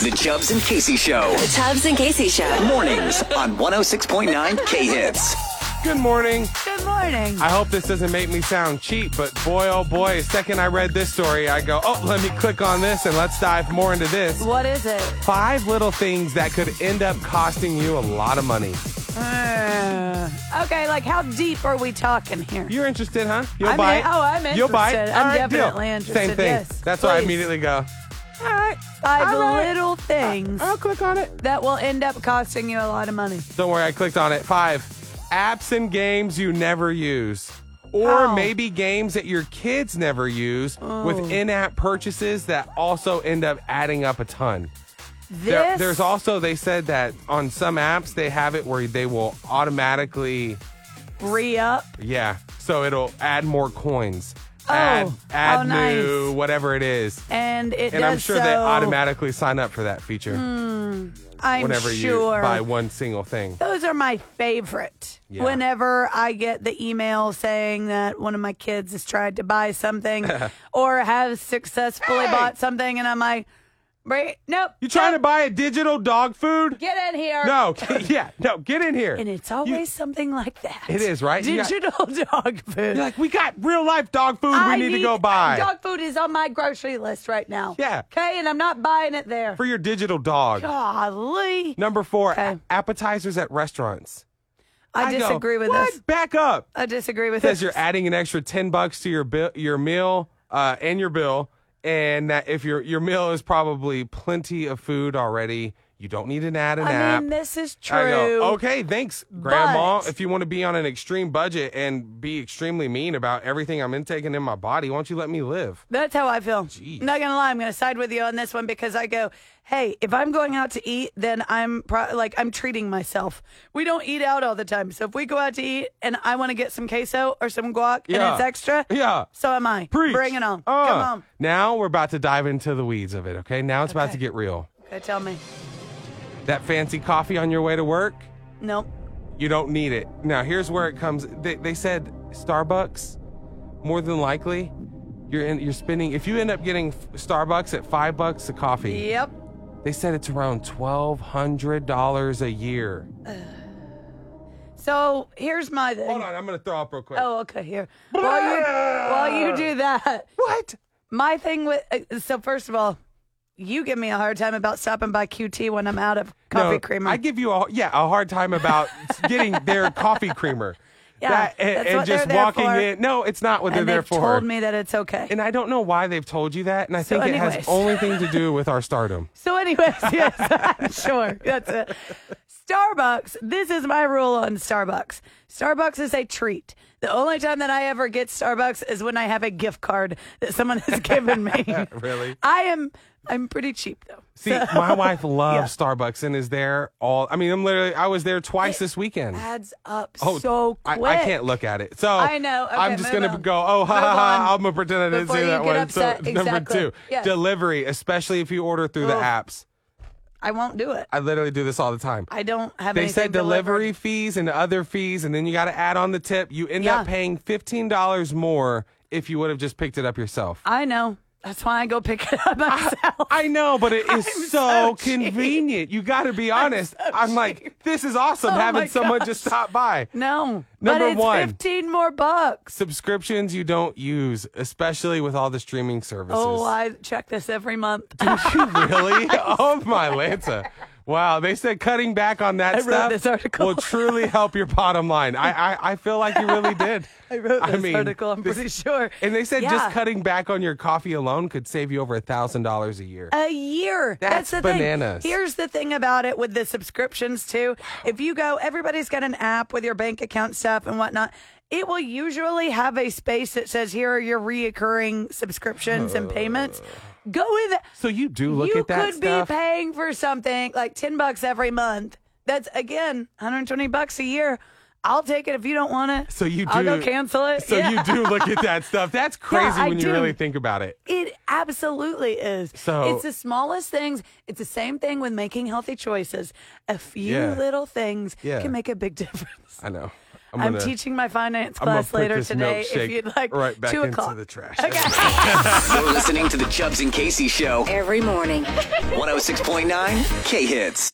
The Chubbs and Casey Show. The Tubbs and Casey Show. Mornings on 106.9 K Hits. Good morning. Good morning. I hope this doesn't make me sound cheap, but boy, oh boy, the second I read this story, I go, oh, let me click on this and let's dive more into this. What is it? Five little things that could end up costing you a lot of money. Uh, okay, like how deep are we talking here? You're interested, huh? You'll I'm buy in- it. oh, I'm You'll buy it. interested. I'm All right, deal. definitely interested, Same thing. yes. That's why I Please. immediately go, all right. Five all right. Uh, little things I'll click on it. that will end up costing you a lot of money. Don't worry, I clicked on it. Five apps and games you never use. Or Oh. maybe games that your kids never use with in app purchases that also end up adding up a ton. This There, there's also, they said that on some apps, they have it where they will automatically, re up. yeah, so it'll add more coins, Oh. add, add Oh, new, nice. whatever it is. And it And does I'm sure so, Hmm, they automatically sign up for that feature I'm whenever sure. you buy one single thing. Those are my favorite. Yeah. Whenever I get the email saying that one of my kids has tried to buy something or has successfully bought something, and I'm like, "Bra- nope. You trying to nope, buy a digital dog food? Get in here. No, yeah, no, get in here. And it's always something like that. It is, right? You got- Digital dog food. You're like, we got real life dog food we I need, to go buy Dog food is on my grocery list right now. Yeah. Okay, and I'm not buying it there. for your digital dog. Golly. Number four, Okay. a- appetizers at restaurants. I, go, disagree with what? this. Back up. I disagree with Says this. you're adding an extra ten bucks to your bill, your meal, uh, and your bill, and that if your your meal is probably plenty of food already, you don't need to add an I app. mean, this is true. I go, okay, thanks, Grandma. But- if you want to be on an extreme budget and be extremely mean about everything I'm intaking in my body, why don't you let me live? That's how I feel. Not gonna lie, I'm gonna side with you on this one because I go, hey, if I'm going out to eat, then I'm pro- like I'm treating myself. We don't eat out all the time, so if we go out to eat and I want to get some queso or some guac and Yeah. it's extra, Yeah. so am I. Preach. Bring it on. Uh, Come on. Now we're about to dive into the weeds of it, okay? Now it's about Okay. to get real. Okay, tell me. That fancy coffee on your way to work, Nope. you don't need it. Now, here's where it comes. They, they said Starbucks, more than likely, you're in, you're spending. If you end up getting f- Starbucks at five bucks a coffee, Yep. they said it's around twelve hundred dollars a year. So here's my thing. Hold on, I'm gonna throw up real quick. Oh, okay. Here. While you while you do that, What? my thing with uh, so first of all, you give me a hard time about stopping by QT when I'm out of coffee No, creamer. I give you a yeah a hard time about getting their coffee creamer. Yeah, and, that's and what they're just there walking for. in. No, it's not what and they're they've there for. told me that it's okay. And I don't know why they've told you that, and I So think it anyways. has only thing to do with our stardom. So, anyways, yes, I'm sure. That's it. Starbucks, this is my rule on Starbucks. Starbucks is a treat. The only time that I ever get Starbucks is when I have a gift card that someone has given me. Really? I am I'm pretty cheap though. See, my wife loves Starbucks and is there all. I mean, I'm literally. I was there twice this weekend. Adds up Oh, so I, quick. I can't look at it. So I know. Okay, I'm just move gonna on. go. Oh, ha Move ha ha! on. I'm gonna pretend I didn't Before see you that get one. upset. So Exactly. number two, Yes. delivery, especially if you order through the Ugh. apps. I won't do it. I literally do this all the time. I don't have They anything said delivery delivered. fees and other fees, and then you got to add on the tip. You end Yeah. up paying fifteen dollars more if you would have just picked it up yourself. I know. That's why I go pick it up Ah, myself. I know, but it is Oh. I'm so so, cheap. convenient. You got to be honest. so I'm like, this is awesome Oh my having someone gosh. just stop by. no. Number but it's one. 15 more bucks. Subscriptions you don't use, especially with all the streaming services. Oh, I check this every month. really? oh my Lanta. Wow, they said cutting back on that I wrote stuff this article. will truly help your bottom line. I, I, I feel like you really did. I wrote this mean, article. I'm this- pretty sure. And they said Yeah. just cutting back on your coffee alone could save you over a thousand dollars a year. a year. That's, That's the bananas. thing. Here's the thing about it with the subscriptions too. If you go, everybody's got an app with your bank account stuff and whatnot. It will usually have a space that says, "Here are your reoccurring subscriptions and payments." Go with it. Uh. so you do look you at that could stuff. be paying for something like 10 bucks every month that's again 120 bucks a year i'll take it if you don't want it so you do. i'll go Oh, cancel it So Yeah. you do look at that stuff. That's crazy I when you do. really think about it. it absolutely is So- it's the smallest things it's the same thing with making healthy choices a few Yeah. little things Yeah. can make a big difference I know. I'm, I'm gonna- teaching my finance I'm gonna class put later this today. milkshake If you'd like, right back two into o'clock. the trash. Okay. You're listening to the Chubbs and Casey Show, Every morning. 106.9 K Hits.